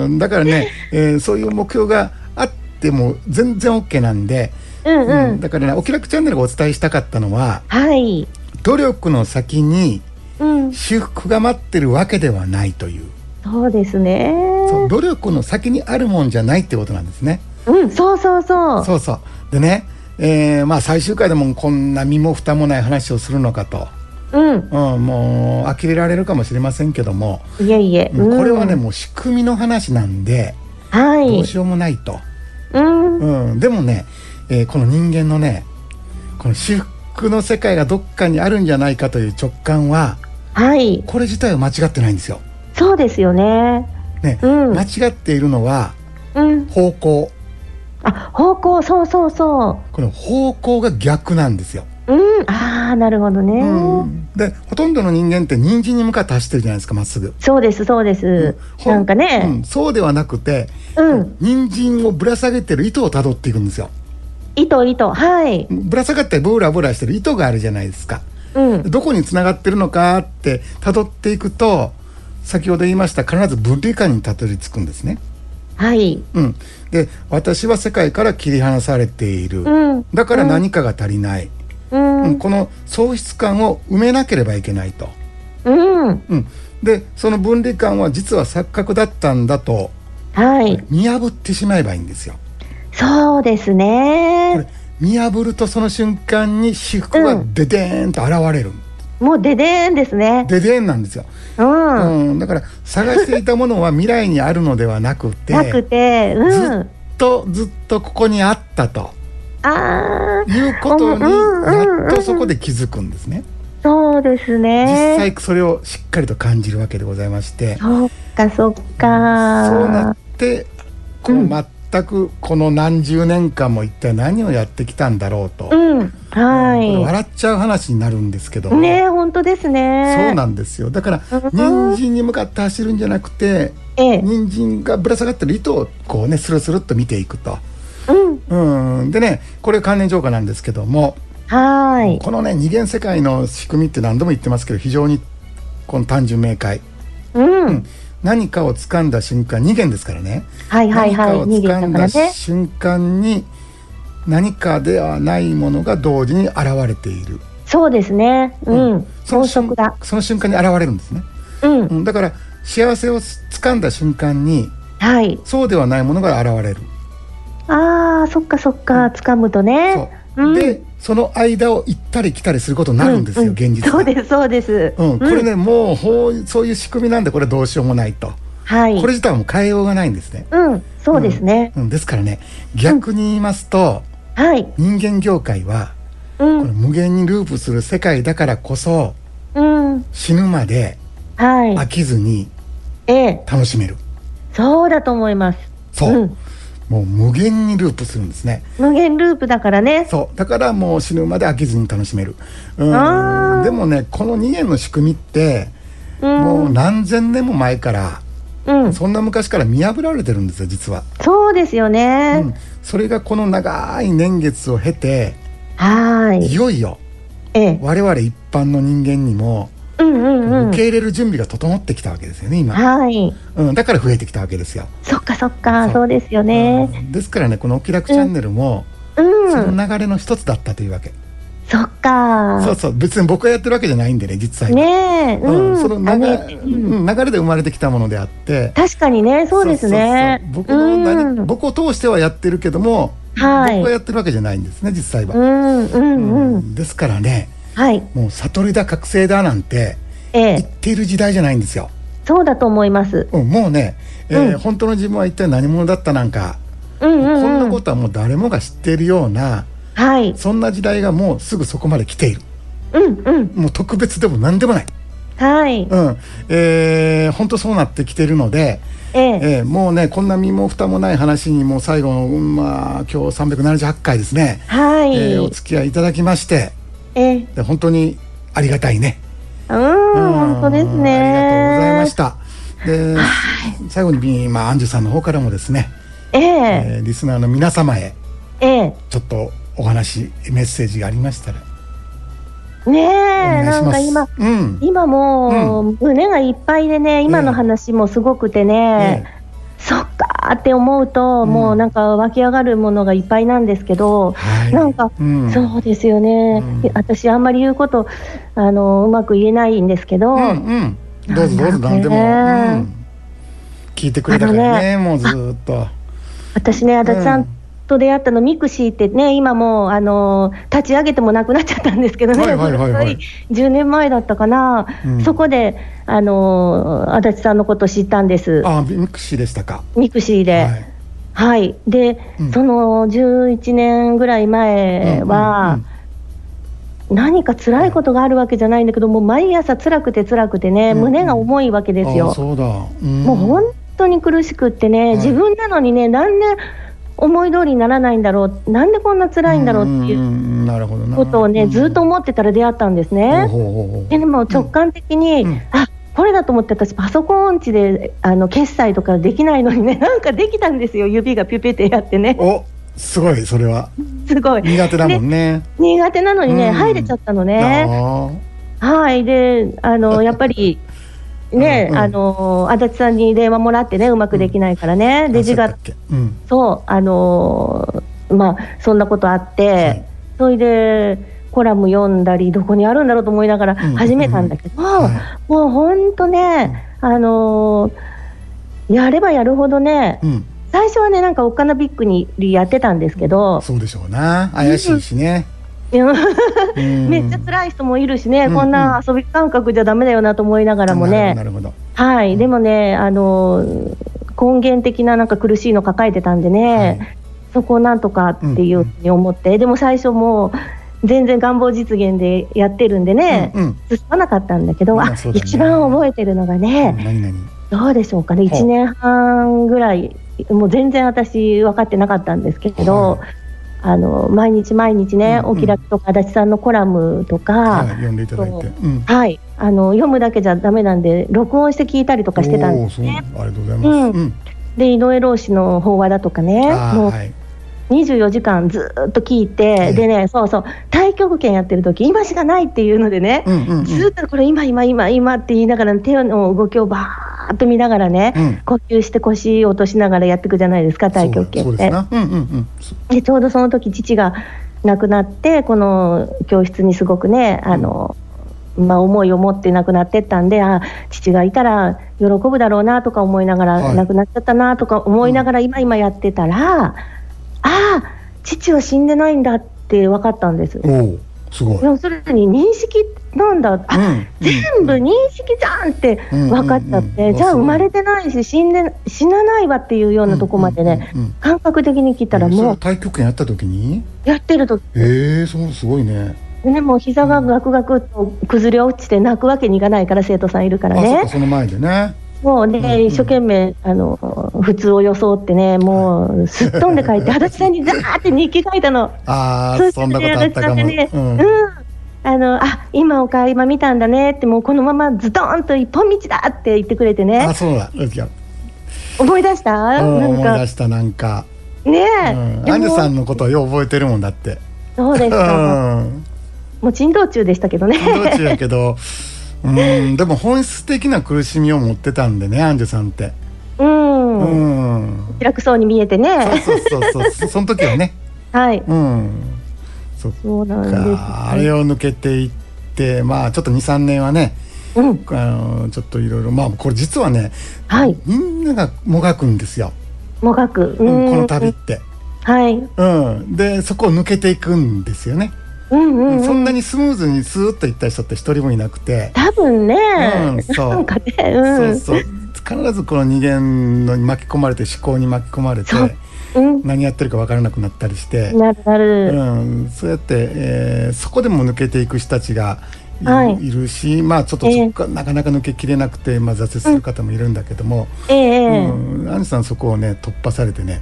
Speaker 2: うんだからね、えーそういう目標があっても全然 OK なんで、
Speaker 3: うんう
Speaker 2: うん
Speaker 3: ん。
Speaker 2: だからね「お気楽チャンネル」がお伝えしたかったのは
Speaker 3: はい。
Speaker 2: 努力の先に
Speaker 3: うん。
Speaker 2: 私服が待ってるわけではないという
Speaker 3: そうですね。
Speaker 2: そう努力の先にあるもんじゃないってことなんですね。
Speaker 3: うん、そうそうそう。
Speaker 2: そうそう。でね、えーまあ最終回でもこんな身も蓋もない話をするのかと。
Speaker 3: うん。
Speaker 2: うん、もう呆れられるかもしれませんけども、
Speaker 3: いえいえ。
Speaker 2: うんこれはね、
Speaker 3: うん
Speaker 2: もう仕組みの話なんで
Speaker 3: は
Speaker 2: どう
Speaker 3: い。
Speaker 2: しようもないと、
Speaker 3: うん。
Speaker 2: うん、でもね、えーこの人間のねこの私服の世界がどっかにあるんじゃないかという直感は
Speaker 3: はい。
Speaker 2: これ自体は間違ってないんですよ。
Speaker 3: そうですよね。
Speaker 2: ね
Speaker 3: うん
Speaker 2: 間違っているのは
Speaker 3: うん。
Speaker 2: 方向
Speaker 3: あ、方向、そうそうそ
Speaker 2: この方向が逆なんですよ。
Speaker 3: う。うん、ああ、なるほどね。
Speaker 2: うん、でほとんどの人間って人参に向かって走ってるじゃないですかまっすぐ。
Speaker 3: そうです、そうです。
Speaker 2: ほ
Speaker 3: なんか
Speaker 2: う
Speaker 3: ね、
Speaker 2: んそうではなくて、
Speaker 3: うん、
Speaker 2: 人参をぶら下げてる糸をたどっていくんですよ。
Speaker 3: 糸、糸、はい。
Speaker 2: ぶら下がってブラブラしてる糸があるじゃないですか。
Speaker 3: うん、
Speaker 2: どこにつながってるのかってたどっていくと先ほど言いました必ず分離感にたどり着くんですね。
Speaker 3: はい。
Speaker 2: うん、で私は世界から切り離されている、
Speaker 3: うん、
Speaker 2: だから何かが足りない、
Speaker 3: う
Speaker 2: うん
Speaker 3: ん、
Speaker 2: この喪失感を埋めなければいけないと。
Speaker 3: うん、
Speaker 2: うん、でその分離感は実は錯覚だったんだと
Speaker 3: はい。
Speaker 2: 見破ってしまえばいいんですよ。
Speaker 3: そうです
Speaker 2: これ
Speaker 3: ね。
Speaker 2: 見破るとその瞬間に私服がデデーンと現れる、
Speaker 3: もうデデーンですね。
Speaker 2: デデーンなんですよ、
Speaker 3: うん。
Speaker 2: うん、だから探していたものは未来にあるのではなくて
Speaker 3: なくて、う
Speaker 2: ず
Speaker 3: ん。
Speaker 2: っとずっとここにあったと
Speaker 3: ああ、
Speaker 2: いうことに
Speaker 3: うんうんうんうん
Speaker 2: やっとそこで気づくんですね
Speaker 3: そうです
Speaker 2: 実
Speaker 3: ね。
Speaker 2: 際それをしっかりと感じるわけでございまして
Speaker 3: そっか、そっか。そう
Speaker 2: そうなってこ
Speaker 3: うん
Speaker 2: の全くこの何十年間も一体何をやってきたんだろうと、
Speaker 3: うん、
Speaker 2: これ
Speaker 3: は
Speaker 2: 笑っちゃう話になるんですけど
Speaker 3: い。ねえ、本当ですね。
Speaker 2: そうなんですよだから
Speaker 3: うん
Speaker 2: 人参に向かって走るんじゃなくて
Speaker 3: ええ、
Speaker 2: 人参がぶら下がってる糸をこうねスルスルっと見ていくと。
Speaker 3: うん、
Speaker 2: うんでねこれ関連浄化なんですけども、
Speaker 3: はーい。
Speaker 2: このね二元世界の仕組みって何度も言ってますけど非常にこの単純明快
Speaker 3: うん、
Speaker 2: 何かを掴んだ瞬間二元ですからね、
Speaker 3: はいはいはい、逃
Speaker 2: 何
Speaker 3: げ
Speaker 2: かを掴
Speaker 3: た
Speaker 2: ん
Speaker 3: から
Speaker 2: だ
Speaker 3: ね。
Speaker 2: 瞬間に何かではないものが同時に現れている
Speaker 3: そうですね。う、
Speaker 2: うんそ
Speaker 3: 装
Speaker 2: の瞬
Speaker 3: 飾だ。
Speaker 2: その瞬間に現れるんですね、
Speaker 3: うん、
Speaker 2: うん、だから幸せを掴んだ瞬間に
Speaker 3: はい。
Speaker 2: そうではないものが現れる。
Speaker 3: ああ、そっかそっか、掴むとね。
Speaker 2: そう。
Speaker 3: ん
Speaker 2: で、その間を行ったり来たりすることになるんですよ、
Speaker 3: うう
Speaker 2: 現実が
Speaker 3: そうです、そうです。
Speaker 2: うん、これね、もうほうそういう仕組みなんでこれどうしようもないと、
Speaker 3: はい
Speaker 2: これ。自体はもう変えようがないんですね、
Speaker 3: うん、そうですね。
Speaker 2: うん、ですからね逆に言いますと、
Speaker 3: はい。
Speaker 2: 人間業界は
Speaker 3: う
Speaker 2: これ
Speaker 3: ん、
Speaker 2: 無限にループする世界だからこそ
Speaker 3: うん、
Speaker 2: 死ぬまで
Speaker 3: は
Speaker 2: 飽
Speaker 3: い。
Speaker 2: きずに
Speaker 3: ええ、
Speaker 2: 楽しめる
Speaker 3: そうだと思います。
Speaker 2: そう、
Speaker 3: うん
Speaker 2: もう無限にループするんですね
Speaker 3: 無限ループだからね。
Speaker 2: そうだからもう死ぬまで飽きずに楽しめるう
Speaker 3: あ
Speaker 2: ん
Speaker 3: ー
Speaker 2: でもねこの2元の仕組みって
Speaker 3: うん
Speaker 2: もう何千年も前から
Speaker 3: うん、
Speaker 2: そんな昔から見破られてるんですよ実は、
Speaker 3: そうですよ
Speaker 2: う
Speaker 3: ね。
Speaker 2: ん、それがこの長い年月を経て
Speaker 3: はー
Speaker 2: い
Speaker 3: い。
Speaker 2: よいよ
Speaker 3: ええ。
Speaker 2: 我々一般の人間にも
Speaker 3: うんうん
Speaker 2: 受
Speaker 3: うん。
Speaker 2: け入れる準備が整ってきたわけですよね今、
Speaker 3: はい。
Speaker 2: うん、だから増えてきたわけですよ、
Speaker 3: そっかそっか、
Speaker 2: そう
Speaker 3: そうですよね。
Speaker 2: うんですからねこの「お気楽チャンネル」も
Speaker 3: うん。
Speaker 2: その流れの一つだったというわけ、
Speaker 3: そっか。
Speaker 2: そうそう別に僕がやってるわけじゃないんでね実際は
Speaker 3: ねえ。
Speaker 2: う、
Speaker 3: うんん。
Speaker 2: その流,、
Speaker 3: あねうん
Speaker 2: うん、流れで生まれてきたものであって
Speaker 3: 確かにね、そうですね。
Speaker 2: そうそうそう僕の何、
Speaker 3: うん
Speaker 2: 僕を通してはやってるけども、
Speaker 3: はい
Speaker 2: 僕がやってるわけじゃないんですね実際
Speaker 3: う
Speaker 2: は、
Speaker 3: んうんうん。
Speaker 2: ですからね
Speaker 3: はい。
Speaker 2: もう悟りだ覚醒だなんて
Speaker 3: え
Speaker 2: 言っ
Speaker 3: え。
Speaker 2: ている時代じゃないんですよ、
Speaker 3: そうだと思います。
Speaker 2: うん、もうね、えー
Speaker 3: うん
Speaker 2: 本当の自分は一体何者だったなんか、
Speaker 3: うんうんうん。
Speaker 2: こんなことはもう誰もが知っているような
Speaker 3: はい。
Speaker 2: そんな時代がもうすぐそこまで来ている
Speaker 3: うんうん。
Speaker 2: もう特別でも何でもない、
Speaker 3: はい。
Speaker 2: うんえー、本当そうなってきているので、
Speaker 3: ええ。
Speaker 2: えーもうねこんな身も蓋もない話にもう最後の、うんまあ、今日378回ですね、
Speaker 3: は
Speaker 2: えーお
Speaker 3: い。
Speaker 2: 付き合いいただきまして
Speaker 3: ええ。
Speaker 2: で本当にありがたいね。
Speaker 3: うん、
Speaker 2: うん
Speaker 3: 本当ですね。
Speaker 2: ありがとうございました。で、最後に、まあ、アンジュさんの方からもですね、
Speaker 3: ええ。
Speaker 2: えーリスナーの皆様へ、
Speaker 3: ええ。
Speaker 2: ちょっとお話、メッセージがありましたら、
Speaker 3: ね
Speaker 2: お
Speaker 3: え、
Speaker 2: 願い
Speaker 3: な
Speaker 2: し
Speaker 3: ん
Speaker 2: ま
Speaker 3: か
Speaker 2: す。
Speaker 3: 今、
Speaker 2: うん。
Speaker 3: 今もう胸がいっぱいでね、今の話もすごくてね、そっかーって思うと、
Speaker 2: うん
Speaker 3: もうなんか湧き上がるものがいっぱいなんですけど、
Speaker 2: はい。
Speaker 3: なんか、
Speaker 2: うん
Speaker 3: そうですよね、
Speaker 2: うん
Speaker 3: 私、あんまり言うことあのうまく言えないんですけど、
Speaker 2: うん、うん。どうぞどうぞ、
Speaker 3: な
Speaker 2: 何
Speaker 3: ん
Speaker 2: でも、う
Speaker 3: だろうね
Speaker 2: ん。聞いてくれたからね、
Speaker 3: あ
Speaker 2: もうずーっと。
Speaker 3: 私ね、足立さ
Speaker 2: うん
Speaker 3: んと出会ったの、ミクシーってね、今もうあの立ち上げてもなくなっちゃったんですけどね、
Speaker 2: はいはいはいはい
Speaker 3: 古い10年前だったかな、
Speaker 2: うん
Speaker 3: そこであの足立さんのこと知ったんです、
Speaker 2: あ、ミクシーでしたか。
Speaker 3: ミクシーで。
Speaker 2: はい。
Speaker 3: はい、で、
Speaker 2: うん
Speaker 3: その11年ぐらい前は、何か辛いことがあるわけじゃないんだけど、もう毎朝辛くて辛くてね、
Speaker 2: うん
Speaker 3: 胸が重いわけ
Speaker 2: うん、
Speaker 3: です
Speaker 2: あ
Speaker 3: よ。
Speaker 2: そうだ。も
Speaker 3: もう本当に苦しくってね、
Speaker 2: い
Speaker 3: 自分なのにね、何年思い通りにならないんだろうなんでこんな辛いんだろうってい
Speaker 2: ん
Speaker 3: うん
Speaker 2: なるほどな
Speaker 3: ことをね、ずっと思ってたら出会ったんですね。
Speaker 2: ほうほうほうほう
Speaker 3: ででも直感的に、
Speaker 2: うん
Speaker 3: あこれだと思って私パソコン音痴であの決済とかできないのにねなんかできたんですよ指がピュピュってやってね
Speaker 2: おすごいそれは
Speaker 3: すごい
Speaker 2: 苦手だもんね
Speaker 3: 苦手なのに
Speaker 2: う
Speaker 3: ね、
Speaker 2: ん
Speaker 3: 入れちゃったのね
Speaker 2: あ
Speaker 3: はいで あのやっぱりね、
Speaker 2: うんうん
Speaker 3: あの足立さんに電話もらってねうまくできないからね、
Speaker 2: あ
Speaker 3: で字
Speaker 2: そうだ
Speaker 3: が
Speaker 2: っけうん
Speaker 3: そうあのーまあそんなことあって、
Speaker 2: はい
Speaker 3: それでコラム読んだりどこにあるんだろうと思いながら
Speaker 2: うん
Speaker 3: 始めたんだけど、
Speaker 2: は
Speaker 3: もう本当ね、あのーやればやるほどね、
Speaker 2: うん
Speaker 3: 最初はね、なんかおっかなびっくりやってたんですけど、
Speaker 2: そうでしょうな怪しいしねうん
Speaker 3: めっちゃ辛い人もいるしね、
Speaker 2: うん
Speaker 3: こんな遊び感覚じゃだめだよなと思いながらも
Speaker 2: な
Speaker 3: ね、
Speaker 2: るほどなる
Speaker 3: はい、でもね、あのー根源的ななんか苦しいの抱えてたんで
Speaker 2: ほど
Speaker 3: ね、
Speaker 2: はい
Speaker 3: そこをなんとかっていうふうに思って、でも最初もう、全然願望実現でやってるんでね、
Speaker 2: うんうん
Speaker 3: 進まなかったんだけど、
Speaker 2: まあ
Speaker 3: あ
Speaker 2: そうだね
Speaker 3: 一番覚えてるのがね、
Speaker 2: 何々
Speaker 3: どうでしょうかね、
Speaker 2: ほう
Speaker 3: 1年半ぐらい、もう全然私、分かってなかったんですけど、
Speaker 2: は
Speaker 3: あの毎日毎日
Speaker 2: う
Speaker 3: ね、
Speaker 2: んうん
Speaker 3: お気楽とか、足立さんのコラムとか、
Speaker 2: はい
Speaker 3: はい
Speaker 2: 読んでいただいてうん
Speaker 3: あの読むだけじゃだめなんで、録音して聞いたりとかしてたん
Speaker 2: お
Speaker 3: で
Speaker 2: ー
Speaker 3: す
Speaker 2: そうあ
Speaker 3: ね、
Speaker 2: りがとうございます
Speaker 3: う
Speaker 2: うん
Speaker 3: で井上老師の法話だとかね、
Speaker 2: あー
Speaker 3: もう
Speaker 2: はい
Speaker 3: 24時間ずーっと聞いて、
Speaker 2: え
Speaker 3: でね、そうそう、太極拳やってる時今しかないっていうのでね、
Speaker 2: うんうんうん
Speaker 3: ずーっとこれ、今、今、今、今って言いながら、手の動きをばーっと見ながらね、
Speaker 2: うん
Speaker 3: 呼吸して腰落としながらやっていくじゃないですか、太極
Speaker 2: そ
Speaker 3: 拳
Speaker 2: うだそう
Speaker 3: っ
Speaker 2: です
Speaker 3: て。
Speaker 2: なうんうんうんそ
Speaker 3: で、ちょうどその時父が亡くなって、この教室にすごくね、あの、まあ、思いを持って亡くなってったんで、あ父がいたら喜ぶだろうなとか思いながら、
Speaker 2: はい
Speaker 3: 亡くなっちゃったなとか思いながら、今、今やってたら、ああ、父は死んでないんだって分かったんです。
Speaker 2: おーすごい
Speaker 3: 要するに認識なんだ、あ
Speaker 2: うん
Speaker 3: 全部認識じゃんって
Speaker 2: うん
Speaker 3: 分かっちゃ
Speaker 2: う
Speaker 3: っ
Speaker 2: んうんう
Speaker 3: て、
Speaker 2: ん
Speaker 3: じゃあ生まれてないし死んで死なないわっていうようなとこまでね、
Speaker 2: うんうんうんうん
Speaker 3: 感覚的に聞いたら
Speaker 2: えーそれ
Speaker 3: も
Speaker 2: は
Speaker 3: う
Speaker 2: 太極拳やった時に
Speaker 3: やってると
Speaker 2: ええそうすごいね
Speaker 3: ねもう膝がガクガクと崩れ落ちて泣くわけにいかないから生徒さんいるから
Speaker 2: あそっか
Speaker 3: ね
Speaker 2: その前でね
Speaker 3: もう
Speaker 2: うんうん
Speaker 3: ね一生懸命あの普通を装ってねもうすっ飛んで書いて足立さんにザーって日記書いたの。
Speaker 2: あ
Speaker 3: そ
Speaker 2: あ
Speaker 3: う
Speaker 2: そんなことあったかも
Speaker 3: そしてね
Speaker 2: うん
Speaker 3: うんあのあ今おか今見たんだねってもうこのままズドーンと一本道だって言ってくれてね
Speaker 2: あそうだうんいや
Speaker 3: 思い出した
Speaker 2: うん
Speaker 3: なん
Speaker 2: 思い
Speaker 3: か
Speaker 2: 出したなんか
Speaker 3: ね
Speaker 2: う
Speaker 3: え、
Speaker 2: ん
Speaker 3: で
Speaker 2: アンジュさ
Speaker 3: も
Speaker 2: んのことはよう覚えてるもんだって
Speaker 3: そうです
Speaker 2: う
Speaker 3: か、
Speaker 2: ん
Speaker 3: もう珍道中でしたけどね。
Speaker 2: どっちやけどうんでも本質的な苦しみを持ってたんでねアンジュさんって
Speaker 3: うん、
Speaker 2: うん
Speaker 3: 気楽そうに見えてね。
Speaker 2: そうそうそうそうそその時はね
Speaker 3: はい。
Speaker 2: うんそっ
Speaker 3: そうなんです、
Speaker 2: かあれを抜けていってまあちょっと23年はね
Speaker 3: うん。
Speaker 2: あのちょっといろいろまあこれ実はね
Speaker 3: はい。
Speaker 2: みんながもがくんですよ、
Speaker 3: もが
Speaker 2: う
Speaker 3: く。うん
Speaker 2: ん、この旅っ。て。
Speaker 3: はい。
Speaker 2: うん、でそこを抜けていくんですよね、
Speaker 3: うんうん、
Speaker 2: そ
Speaker 3: うん。
Speaker 2: んなにスムーズにスーッと行った人って一人もいなくて、
Speaker 3: 多分ね。
Speaker 2: うんそう
Speaker 3: なんかね。うん。
Speaker 2: そうそう必ずこの二元のに巻き込まれて思考に巻き込まれて
Speaker 3: そううん。
Speaker 2: 何やってるか分からなくなったりして、
Speaker 3: なるな
Speaker 2: う
Speaker 3: る。
Speaker 2: ん、そうやって、えーそこでも抜けていく人たちがい,、
Speaker 3: はい
Speaker 2: るしまあちょっとそこからなかなか抜けきれなくて、まあ、挫折する方もいるんだけども。
Speaker 3: ええ
Speaker 2: うん、アンジュさんそこをね突破されてね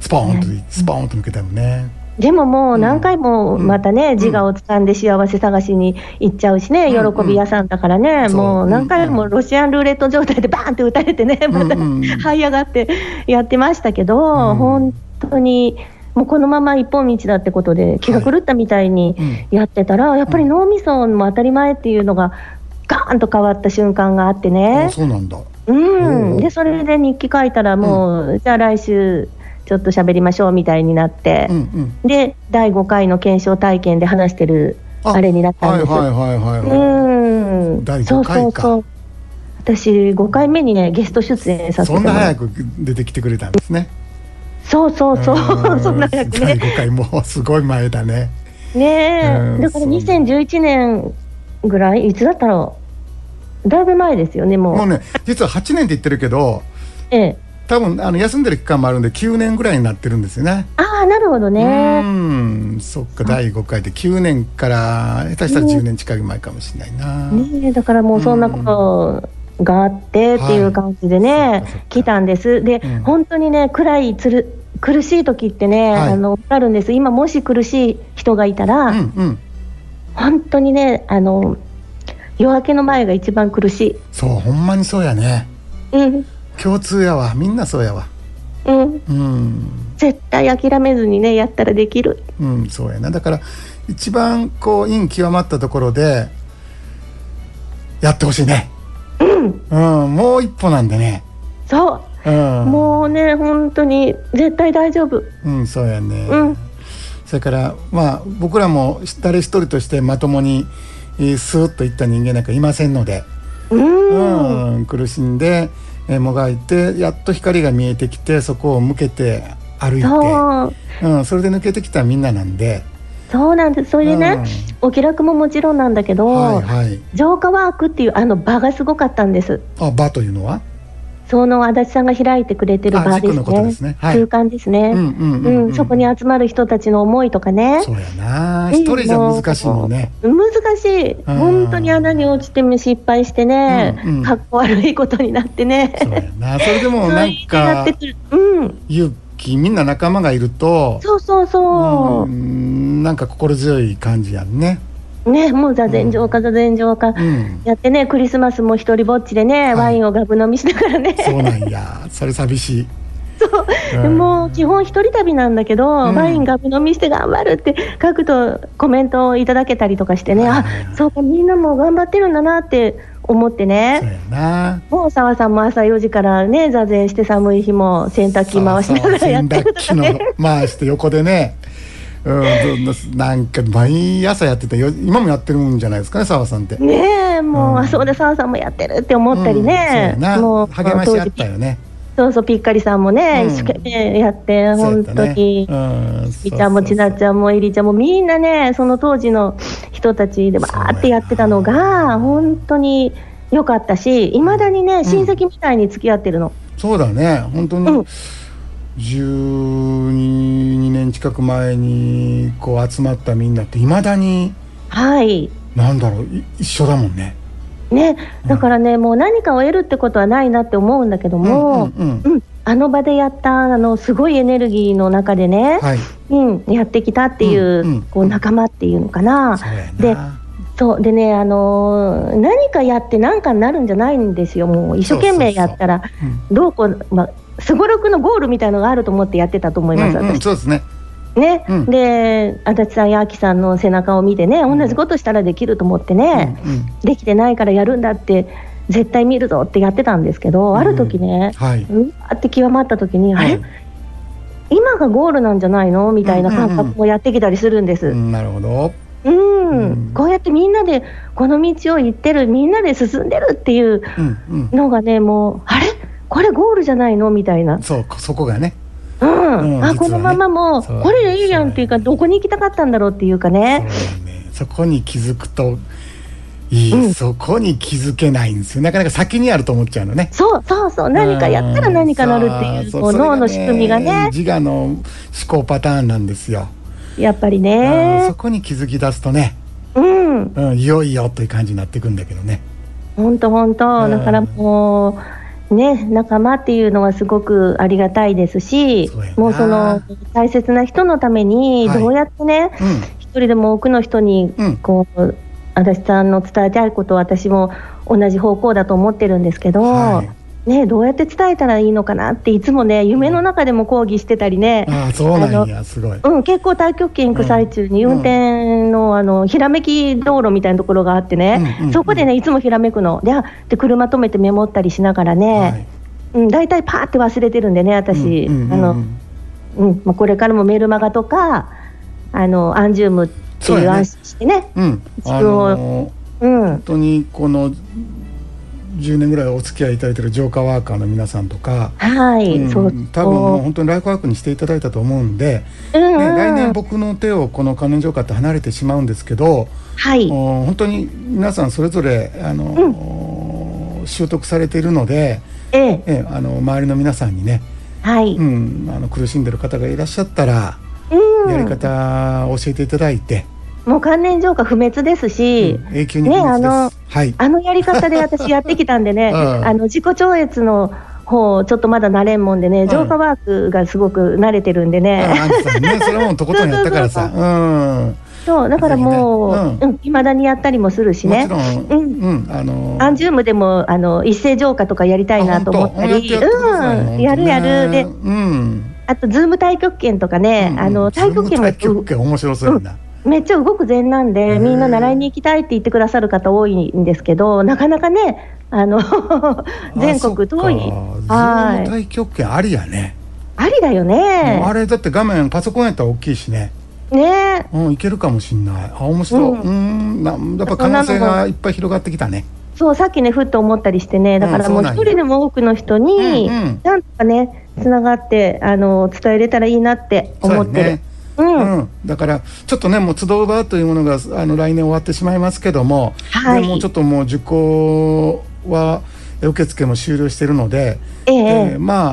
Speaker 2: スポーンと、スポーンと抜けたもんね
Speaker 3: でももう何回もまたね、自我を掴んで幸せ探しに行っちゃうしね、
Speaker 2: うん
Speaker 3: 喜び屋さんだからね、
Speaker 2: そう
Speaker 3: もう何回もロシアンルーレット状態でバーンって打たれてね、また
Speaker 2: うんうん
Speaker 3: 這い上がってやってましたけど、
Speaker 2: ん
Speaker 3: 本当にもうこのまま一本道だってことで気が狂ったみたいにやってたら、やっぱり脳みそも当たり前っていうのがガーンと変わった瞬間があって
Speaker 2: あ
Speaker 3: ね。
Speaker 2: そうなんだ
Speaker 3: う
Speaker 2: お
Speaker 3: ん、
Speaker 2: う
Speaker 3: でそれで日記書いたらもう、じゃあ来週ちょっと喋りましょうみたいになって
Speaker 2: うん、うん
Speaker 3: で第5回の検証体験で話してるあれになったんです。
Speaker 2: はいはいはいはい、
Speaker 3: うーん
Speaker 2: 第5
Speaker 3: そうそう
Speaker 2: 回か
Speaker 3: そう私5回目にねゲスト出演させて
Speaker 2: そん
Speaker 3: も
Speaker 2: な
Speaker 3: ら
Speaker 2: 早
Speaker 3: う
Speaker 2: く出てきてくれたんですね
Speaker 3: そうそうそう そんな早く
Speaker 2: 第
Speaker 3: ね
Speaker 2: 5回もうすごい前だね
Speaker 3: ね
Speaker 2: うん
Speaker 3: えだから
Speaker 2: そう
Speaker 3: 2011年ぐらいいつだったろうだいぶ前ですよねもう
Speaker 2: もうね実は8年って言ってるけど
Speaker 3: ええ
Speaker 2: 多分あの休んでる期間もあるんで9年ぐらいになってるんですよね
Speaker 3: ああなるほど
Speaker 2: う
Speaker 3: ね
Speaker 2: んそっか第5回で9年から下手したら10年近く前かもしれないな、
Speaker 3: ねえだからもうそんなことがあってっていう感じでね、
Speaker 2: はいそっかそっか
Speaker 3: 来たんですで、
Speaker 2: うん
Speaker 3: 本当にね暗いつる苦しい時ってね、
Speaker 2: はい
Speaker 3: あのあるんです今もし苦しい人がいたら、
Speaker 2: うんうん
Speaker 3: 本当にねあの夜明けの前が一番苦し
Speaker 2: そうほんまにそうやね
Speaker 3: いうん
Speaker 2: 共通やわみんなそうやわ
Speaker 3: うん
Speaker 2: うん
Speaker 3: 絶対諦めずにねやったらできる
Speaker 2: うんそうやなだから一番こう陰極まったところでやってほしいねうん、もう一歩なんでね
Speaker 3: そう
Speaker 2: うん
Speaker 3: もうね本当に絶対大丈夫
Speaker 2: うんそうやね、
Speaker 3: うん
Speaker 2: それからまあ僕らも誰一人としてまともに、えースーッといった人間なんかいませんので、
Speaker 3: う
Speaker 2: うんん苦しんで、えーもがいてやっと光が見えてきてそこを向けて歩いて、
Speaker 3: そう
Speaker 2: うん、それで抜けてきたみんななんで
Speaker 3: そうなんですそれでね、お気楽ももちろんなんだけど、
Speaker 2: はいはい
Speaker 3: 浄化ワークっていうあの場がすごかったんです
Speaker 2: あ場というのは
Speaker 3: その足立さんが開いてくれてる
Speaker 2: あ
Speaker 3: 場です
Speaker 2: 塾のこと
Speaker 3: ね
Speaker 2: ですねはい
Speaker 3: 空間ですね、
Speaker 2: うんうんうんうん
Speaker 3: そこに集まる人たちの思いとかね
Speaker 2: そうやな
Speaker 3: うん
Speaker 2: 一人じゃ難しいもんね
Speaker 3: 難しい
Speaker 2: ん
Speaker 3: 本当に穴に落ちても失敗してね、
Speaker 2: うんうん
Speaker 3: かっこ悪いことになってね
Speaker 2: そうやなそれでも
Speaker 3: そう
Speaker 2: なん
Speaker 3: いう風にな
Speaker 2: か
Speaker 3: ってくるうん
Speaker 2: 勇気みんな仲間がいると
Speaker 3: そうそうそう
Speaker 2: う、んなんか心強い感じやんね
Speaker 3: ねもう座禅浄化座禅浄化、
Speaker 2: ん
Speaker 3: やってねクリスマスも一人ぼっちでね、
Speaker 2: い
Speaker 3: ワインをガブ飲みしながらね
Speaker 2: そうなんやそれ寂しいそう
Speaker 3: もう基本一人旅なんだけど、
Speaker 2: ん
Speaker 3: ワインがぶ飲みして頑張るって書くとコメントをいただけたりとかしてね、
Speaker 2: はい
Speaker 3: あそうかみんなもう頑張ってるんだなって思って
Speaker 2: そう
Speaker 3: ね
Speaker 2: やな
Speaker 3: もう澤さんも朝4時からね座禅して寒い日も洗濯機回しながらやってるとか
Speaker 2: そうそう洗濯
Speaker 3: ね
Speaker 2: 機の回して横でねうんどんななんか毎朝やってたよ今もやってるんじゃないですかね澤さんって
Speaker 3: ねえもう、
Speaker 2: うん
Speaker 3: あそうだ澤さんもやってるって思ったりね、
Speaker 2: うんそうや
Speaker 3: もう
Speaker 2: な励まし合った
Speaker 3: 当時
Speaker 2: よね
Speaker 3: そうそうぴっかりさんもね、
Speaker 2: うん
Speaker 3: 一生懸命やって本当に。
Speaker 2: み
Speaker 3: みちゃんもちなち
Speaker 2: ゃん
Speaker 3: ゃんもえりちゃんもみんなねその当時の人たちでわーってやってたの
Speaker 2: そうや
Speaker 3: が本当に良かったしいまだにね親戚みたいに付き合ってるの、
Speaker 2: そうだね本当に
Speaker 3: うん
Speaker 2: 12年近く前にこう集まったみんなっていまだに
Speaker 3: はい
Speaker 2: なんだろうい一緒だもんね
Speaker 3: ねだからね、もう何かを得るってことはないなって思うんだけども、
Speaker 2: うんうん
Speaker 3: うんあの場でやったあのすごいエネルギーの中でね、
Speaker 2: はい
Speaker 3: うん、やってきたっていう,、
Speaker 2: うんうん
Speaker 3: こう仲間っていうのかな
Speaker 2: そうやな
Speaker 3: でそうでね、あのー何かやって何かになるんじゃないんですよもう一生懸命やったら。
Speaker 2: うん
Speaker 3: どうこう、まあ、すごろくのゴールみたいのがあると思ってやってたと思います、
Speaker 2: うんうん
Speaker 3: 私
Speaker 2: そうですね
Speaker 3: ね、
Speaker 2: うん
Speaker 3: で足立さんやあきさんの背中を見てね同じことしたらできると思ってね、
Speaker 2: うんうん
Speaker 3: できてないからやるんだって絶対見るぞってやってたんですけど、ある時ね、
Speaker 2: はいう
Speaker 3: わーって極まった時に、あれ今がゴールなんじゃないのみたいな感覚もやってきたりするんです。
Speaker 2: う
Speaker 3: うん
Speaker 2: んなるほどうん
Speaker 3: こうやってみんなでこの道を行ってるみんなで進んでるっていう
Speaker 2: うんうん
Speaker 3: のがねもうあれこれゴールじゃないのみたいな
Speaker 2: そうこそこがね
Speaker 3: うん
Speaker 2: うん実は
Speaker 3: あ
Speaker 2: ね
Speaker 3: このままもう
Speaker 2: そう
Speaker 3: これでいいやんっていうかどこに行きたかったんだろうっていうか
Speaker 2: そう
Speaker 3: ね
Speaker 2: だねそこに気づくといい、
Speaker 3: うん
Speaker 2: そこに気づけないんですよなかなか先にあると思っちゃうのね
Speaker 3: そうそうそう何かやったら何かなるってい
Speaker 2: ん
Speaker 3: う
Speaker 2: そ
Speaker 3: こう
Speaker 2: それ
Speaker 3: 脳の仕組みがね
Speaker 2: 自我の思考パターンなんですよ、
Speaker 3: やっぱり
Speaker 2: うん
Speaker 3: ね
Speaker 2: そこに気づき出すとね、
Speaker 3: うん
Speaker 2: うん、いよいよという感じになっていくんだけどね
Speaker 3: 本当本
Speaker 2: う
Speaker 3: 当
Speaker 2: ん
Speaker 3: だからもうね仲間っていうのはすごくありがたいですし
Speaker 2: そうやな
Speaker 3: もうその大切な人のために
Speaker 2: はい
Speaker 3: どうやってね
Speaker 2: うん
Speaker 3: 一人でも多くの人に
Speaker 2: うん
Speaker 3: こう足立さんの伝えたいことを私も同じ方向だと思ってるんですけど、
Speaker 2: は
Speaker 3: ね、どうやって伝えたらいいのかなっていつもね夢の中でも講義してたりね、
Speaker 2: ああそうなんやすごい
Speaker 3: うん、結構太極拳行く最中に
Speaker 2: うん
Speaker 3: 運転のあのひらめき道路みたいなところがあってね、
Speaker 2: うんうんうん
Speaker 3: そこでねいつもひらめくのであで車止めてメモったりしながらね、
Speaker 2: はい
Speaker 3: うん、大体パーって忘れてるんでね私、
Speaker 2: うんうんうん
Speaker 3: あのうんまあ、これからもメルマガとかあのアンジュームって
Speaker 2: そう
Speaker 3: いう
Speaker 2: やね
Speaker 3: 安心してね
Speaker 2: うん
Speaker 3: 分を
Speaker 2: あのー
Speaker 3: うん
Speaker 2: 本当にこの10年ぐらいお付き合いいただいてる浄化ワーカーの皆さんとか、
Speaker 3: はい、
Speaker 2: うん
Speaker 3: そう
Speaker 2: 多分もう本当にライフワークにしていただいたと思うんで、
Speaker 3: うんうん
Speaker 2: ね、来年僕の手をこの関連浄化って離れてしまうんですけど、
Speaker 3: はい
Speaker 2: もう本当に皆さんそれぞれあの、習得されているので、
Speaker 3: ええ
Speaker 2: ええあの周りの皆さんにね、
Speaker 3: はい、
Speaker 2: うん、あの苦しんでる方がいらっしゃったら、やり方を教えていただいて、
Speaker 3: もう関連浄化不滅ですし、
Speaker 2: うん永久に不滅です。
Speaker 3: ねあの
Speaker 2: はい、
Speaker 3: あのやり方で私やってきたんでね、
Speaker 2: うん
Speaker 3: あの自己超越の方、ちょっとまだ慣れんもんでね、
Speaker 2: ん
Speaker 3: 浄化ワークがすごく慣れてるんで
Speaker 2: うん
Speaker 3: ね、
Speaker 2: アンジさんね、それはもうとことんやったからさ、うん、
Speaker 3: そうだからも
Speaker 2: ぜ
Speaker 3: う、いまだにやったりもするし
Speaker 2: もち
Speaker 3: ね
Speaker 2: ろ。ん、
Speaker 3: う
Speaker 2: うん、あのー
Speaker 3: アンジュームでもあの一斉浄化とかやりたいなと思った
Speaker 2: あ本
Speaker 3: り、
Speaker 2: 当
Speaker 3: うん、やるやるで、
Speaker 2: うん、
Speaker 3: あとズーム太極拳とかね、あの太極拳
Speaker 2: も
Speaker 3: も
Speaker 2: 太極拳面白そうやな、
Speaker 3: めっちゃ動く禅なん
Speaker 2: へ
Speaker 3: で、
Speaker 2: ー
Speaker 3: みんな習いに行きたいって言ってくださる方多いんですけど、なかなかね、あの
Speaker 2: あそっかズー
Speaker 3: 全国遠い、
Speaker 2: ム
Speaker 3: はい、
Speaker 2: 太極拳ありやね、
Speaker 3: ありだよ
Speaker 2: もうあ
Speaker 3: ね。
Speaker 2: れだって画面パソコンやったら大きいしね
Speaker 3: ね、
Speaker 2: うんいけるかもしんないあ面白い、う
Speaker 3: うん
Speaker 2: ん、なやっぱ可能性がいっぱい広がってきたね
Speaker 3: そうさっきねふっと思ったりしてね、だからも
Speaker 2: う
Speaker 3: うん
Speaker 2: そうな
Speaker 3: 一
Speaker 2: んや
Speaker 3: 人でも多くの人に
Speaker 2: うんうん
Speaker 3: なんとかねつながってあの伝えれたらいいなって思ってる。う
Speaker 2: そうや
Speaker 3: ん、
Speaker 2: ね、うん、だからちょっとねもう集う場というものがあの来年終わってしまいますけども、
Speaker 3: はい
Speaker 2: でもうちょっともう受講は受付も終了しているので、
Speaker 3: ええ
Speaker 2: えーま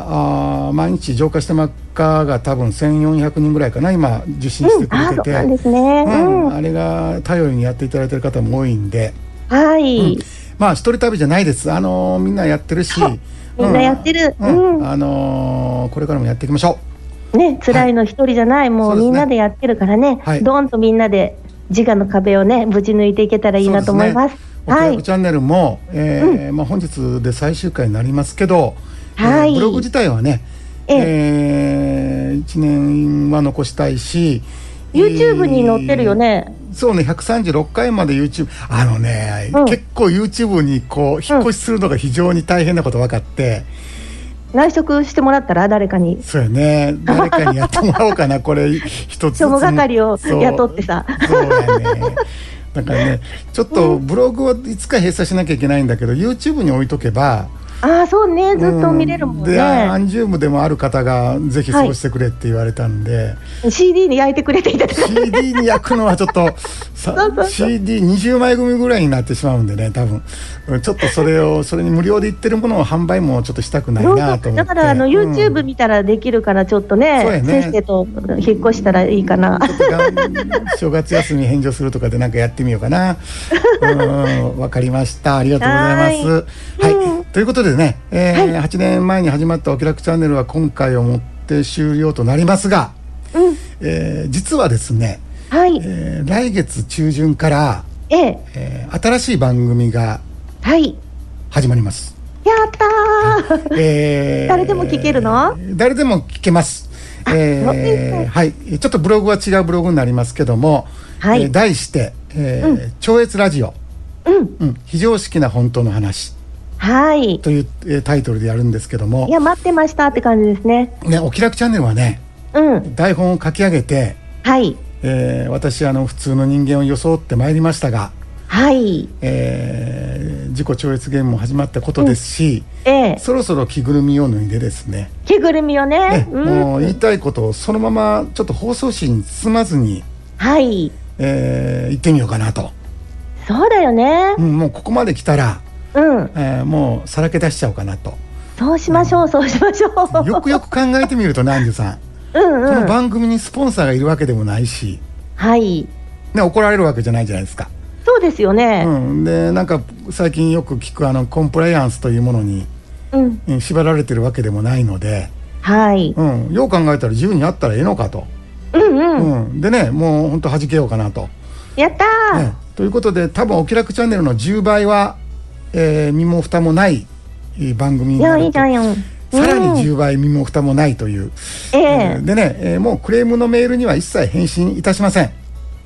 Speaker 2: ああー毎日浄化した真っ赤が多分1400人ぐらいかな今受
Speaker 3: う
Speaker 2: 診して
Speaker 3: ん、
Speaker 2: く
Speaker 3: あ、
Speaker 2: れて
Speaker 3: そう
Speaker 2: て、
Speaker 3: なんですね。う
Speaker 2: うん
Speaker 3: ん、
Speaker 2: あれが頼りにやっていただいてる方も多いんで
Speaker 3: はい、
Speaker 2: まあ一人旅じゃないですあのーみんなやってるし
Speaker 3: みんなやってる
Speaker 2: うん
Speaker 3: うん
Speaker 2: あのーこれからもやっていきましょ
Speaker 3: ね、辛いの一人じゃない、も
Speaker 2: そう
Speaker 3: う
Speaker 2: ですね
Speaker 3: みんなでやってるからね、
Speaker 2: はい
Speaker 3: どんとみんなで自我の壁をね、ぶち抜いていけたら
Speaker 2: う
Speaker 3: いいなと思います。
Speaker 2: お
Speaker 3: は
Speaker 2: く
Speaker 3: い
Speaker 2: ら、チャンネルも、えーまあ、本日で最終回になりますけど、
Speaker 3: はい
Speaker 2: えーブログ自体はね、
Speaker 3: ええ
Speaker 2: えー、1年は残したいし
Speaker 3: YouTube に載ってるよね。
Speaker 2: そうね136回まで YouTube あのね、
Speaker 3: うん
Speaker 2: 結構 YouTube にこう引っ越しするのが非常に大変なこと分かって、
Speaker 3: 内職してもらったら、誰かに。
Speaker 2: そうやね誰かにやってもらおうかなこれ 一つずつ
Speaker 3: 書務係を
Speaker 2: そう
Speaker 3: 雇ってさ
Speaker 2: そうやねだからねちょっとブログはいつか閉鎖しなきゃいけないんだけど YouTube に置いとけば
Speaker 3: ああ、そうね、ずっと見れるもん
Speaker 2: うでア
Speaker 3: ね。
Speaker 2: ンジュームでもある方がぜひそうしてくれって言われたんで、
Speaker 3: CD に焼いてくれていただい
Speaker 2: CD に焼くのはちょっ とさ
Speaker 3: そうそうそ
Speaker 2: CD20 枚組ぐらいになってしまうんでね多分ちょっとそれをそれに無料で言ってるものを販売もちょっとしたくないなと思って
Speaker 3: だからあの
Speaker 2: うん
Speaker 3: YouTube 見たらできるからちょっとね,、
Speaker 2: そうやね
Speaker 3: せっせと引っ越したらいいかな、
Speaker 2: ちょっとがん正月休み返上するとかでなんかやってみようかな。うんわかりました。ありがとうございます。はい,、ということでね、えー8年前に始まったお気楽チャンネルは今回をもって終了となりますが、えー実はですね、
Speaker 3: はい
Speaker 2: えー来月中旬から、
Speaker 3: ええ
Speaker 2: えー新しい番組が
Speaker 3: はい
Speaker 2: 始まります。
Speaker 3: やったー、
Speaker 2: えー
Speaker 3: 誰でも聞けるの
Speaker 2: 誰でも聞けます。
Speaker 3: そうです
Speaker 2: えー、
Speaker 3: か
Speaker 2: はい、ちょっとブログは違うブログになりますけども、
Speaker 3: はい
Speaker 2: えー題して、えー超越ラジオ、
Speaker 3: うん
Speaker 2: うん、非常識な本当の話
Speaker 3: はい
Speaker 2: という、えータイトルでやるんですけども
Speaker 3: い、や待ってましたって感じですね
Speaker 2: ね、お気楽チャンネルはね、
Speaker 3: うん
Speaker 2: 台本を書き上げて、
Speaker 3: はい
Speaker 2: えー私あの普通の人間を装ってまいりましたが、
Speaker 3: はい
Speaker 2: えー自己超越ゲームも始まったことですし、
Speaker 3: ええ
Speaker 2: そろそろ着ぐるみを脱いでですね、
Speaker 3: 着ぐるみをね
Speaker 2: ね、
Speaker 3: うん、
Speaker 2: もう言いたいことをそのままちょっと放送紙に包まずに、
Speaker 3: はい
Speaker 2: えー行ってみようかなと、
Speaker 3: そうだよね
Speaker 2: うんもうここまで来たら、
Speaker 3: うん
Speaker 2: えーもうさらけ出しちゃおうかなと
Speaker 3: そうしましょうそうしましょう
Speaker 2: よくよく考えてみるとねアンジュさん、
Speaker 3: うん
Speaker 2: この
Speaker 3: うん
Speaker 2: 番組にスポンサーがいるわけでもないし、
Speaker 3: はい
Speaker 2: ね、怒られるわけじゃないじゃないですか。
Speaker 3: そうですよね
Speaker 2: うん、でなんか最近よく聞くあのコンプライアンスというものに
Speaker 3: うん、
Speaker 2: うん縛られてるわけでもないので、
Speaker 3: はい
Speaker 2: うん、よう考えたら自由にやったらええのかと、
Speaker 3: うんう、
Speaker 2: うんん、でねもうほんと弾けようかなと。
Speaker 3: やったー、
Speaker 2: ええということで多分「お気楽チャンネル」の10倍は、えー身も蓋もないえー番組に
Speaker 3: い
Speaker 2: な
Speaker 3: や
Speaker 2: る
Speaker 3: いい
Speaker 2: と
Speaker 3: じゃんよ
Speaker 2: さらに
Speaker 3: うん
Speaker 2: 10倍身も蓋もないという、
Speaker 3: え
Speaker 2: えー
Speaker 3: え
Speaker 2: でね、えーもうクレームのメールには一切返信いたしません、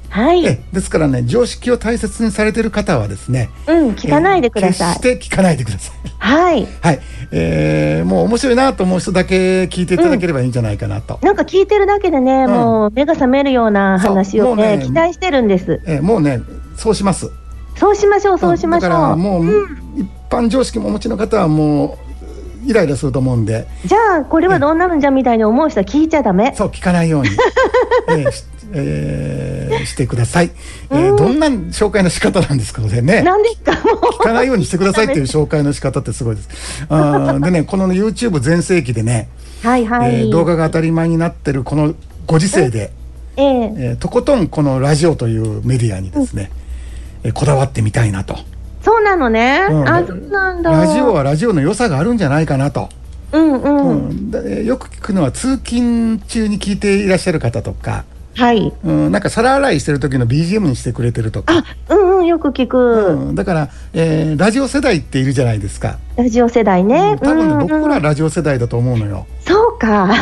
Speaker 3: はい、
Speaker 2: ええですからね常識を大切にされてる方はですね
Speaker 3: うん聞かないでください、
Speaker 2: えー決して聞かないでください
Speaker 3: はい
Speaker 2: はい、えーもう面白いなと思う人だけ聞いていただければいいんじゃないかなと、
Speaker 3: なんか聞いてるだけでね、
Speaker 2: ん
Speaker 3: もう目が覚めるような話
Speaker 2: そう
Speaker 3: を
Speaker 2: もう
Speaker 3: ね
Speaker 2: ね
Speaker 3: 期待してるんです
Speaker 2: えーもうねそうします
Speaker 3: そうしましょうそうしましょ
Speaker 2: だから
Speaker 3: う、
Speaker 2: もう、一般常識もお持ちの方はもうイライラすると思うんで
Speaker 3: じゃあこれはどうなるんじゃみたいに思う人は聞いちゃダメ
Speaker 2: そう聞かないよう に、えーしえーしてください、えーどんな紹介の仕方なんですかこれね
Speaker 3: なんですかもう
Speaker 2: 聞かないようにしてくださいっていう紹介の仕方ってすごいです あーでねこのね YouTube 全盛期でね、
Speaker 3: はいはい、
Speaker 2: えー動画が当たり前になってるこのご時世で、
Speaker 3: ええ
Speaker 2: えーとことんこのラジオというメディアにですね、えーこだわってみたいなと、
Speaker 3: そうなのね、
Speaker 2: うん
Speaker 3: あそうなんだ
Speaker 2: ラジオはラジオの良さがあるんじゃないかなと
Speaker 3: うんうん、
Speaker 2: うんだえーよく聞くのは通勤中に聞いていらっしゃる方とか、
Speaker 3: はい
Speaker 2: うん、なんか皿洗いしてる時の BGM にしてくれてるとか、
Speaker 3: あうんうんよく聞く、
Speaker 2: うん、だから、えーラジオ世代っているじゃないですか、
Speaker 3: ラジオ世代
Speaker 2: う
Speaker 3: ね
Speaker 2: ん、多分ね、
Speaker 3: うんうん
Speaker 2: 僕らラジオ世代だと思うのよ、
Speaker 3: そ うか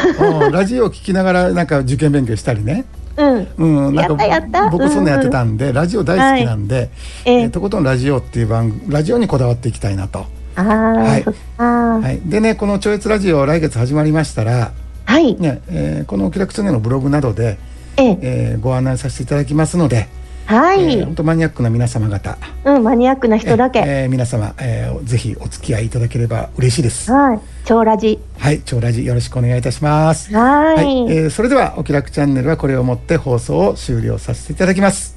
Speaker 2: うんラジオを聞きながらなんか受験勉強したりね
Speaker 3: うん
Speaker 2: うん、なんか
Speaker 3: やったやった
Speaker 2: 僕そんなやってたんで、ラジオ大好きなんで、
Speaker 3: ええ
Speaker 2: えーとことんラジオっていう番組ラジオにこだわっていきたいなと、
Speaker 3: ああ、
Speaker 2: はい
Speaker 3: そっかはい、
Speaker 2: はい、でねこの「超越ラジオ」来月始まりましたら、ねえーこの「お気楽チャンネル」のブログなどで、
Speaker 3: ええ
Speaker 2: えーご案内させていただきますので、
Speaker 3: はい、
Speaker 2: えー、本当マニアックな皆様方、
Speaker 3: うんマニアックな人だけ、
Speaker 2: えー皆様、えーぜひお付き合いいただければ嬉しいです。
Speaker 3: はい超ラジ
Speaker 2: はい、超ラジよろしくお願いいたします。
Speaker 3: はい
Speaker 2: えーそれではお気楽チャンネルはこれをもって放送を終了させていただきます。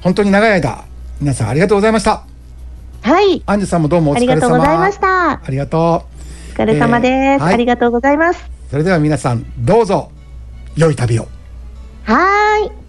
Speaker 2: 本当に長い間、皆さんありがとうございました。
Speaker 3: はい
Speaker 2: アンジュさんもどうもお疲れ様。
Speaker 3: ありがとうございました
Speaker 2: ありがと
Speaker 3: お疲れ様です、
Speaker 2: えーはい
Speaker 3: ありがとうございます
Speaker 2: う。それでは皆さん、どうぞ良い旅を。
Speaker 3: はーい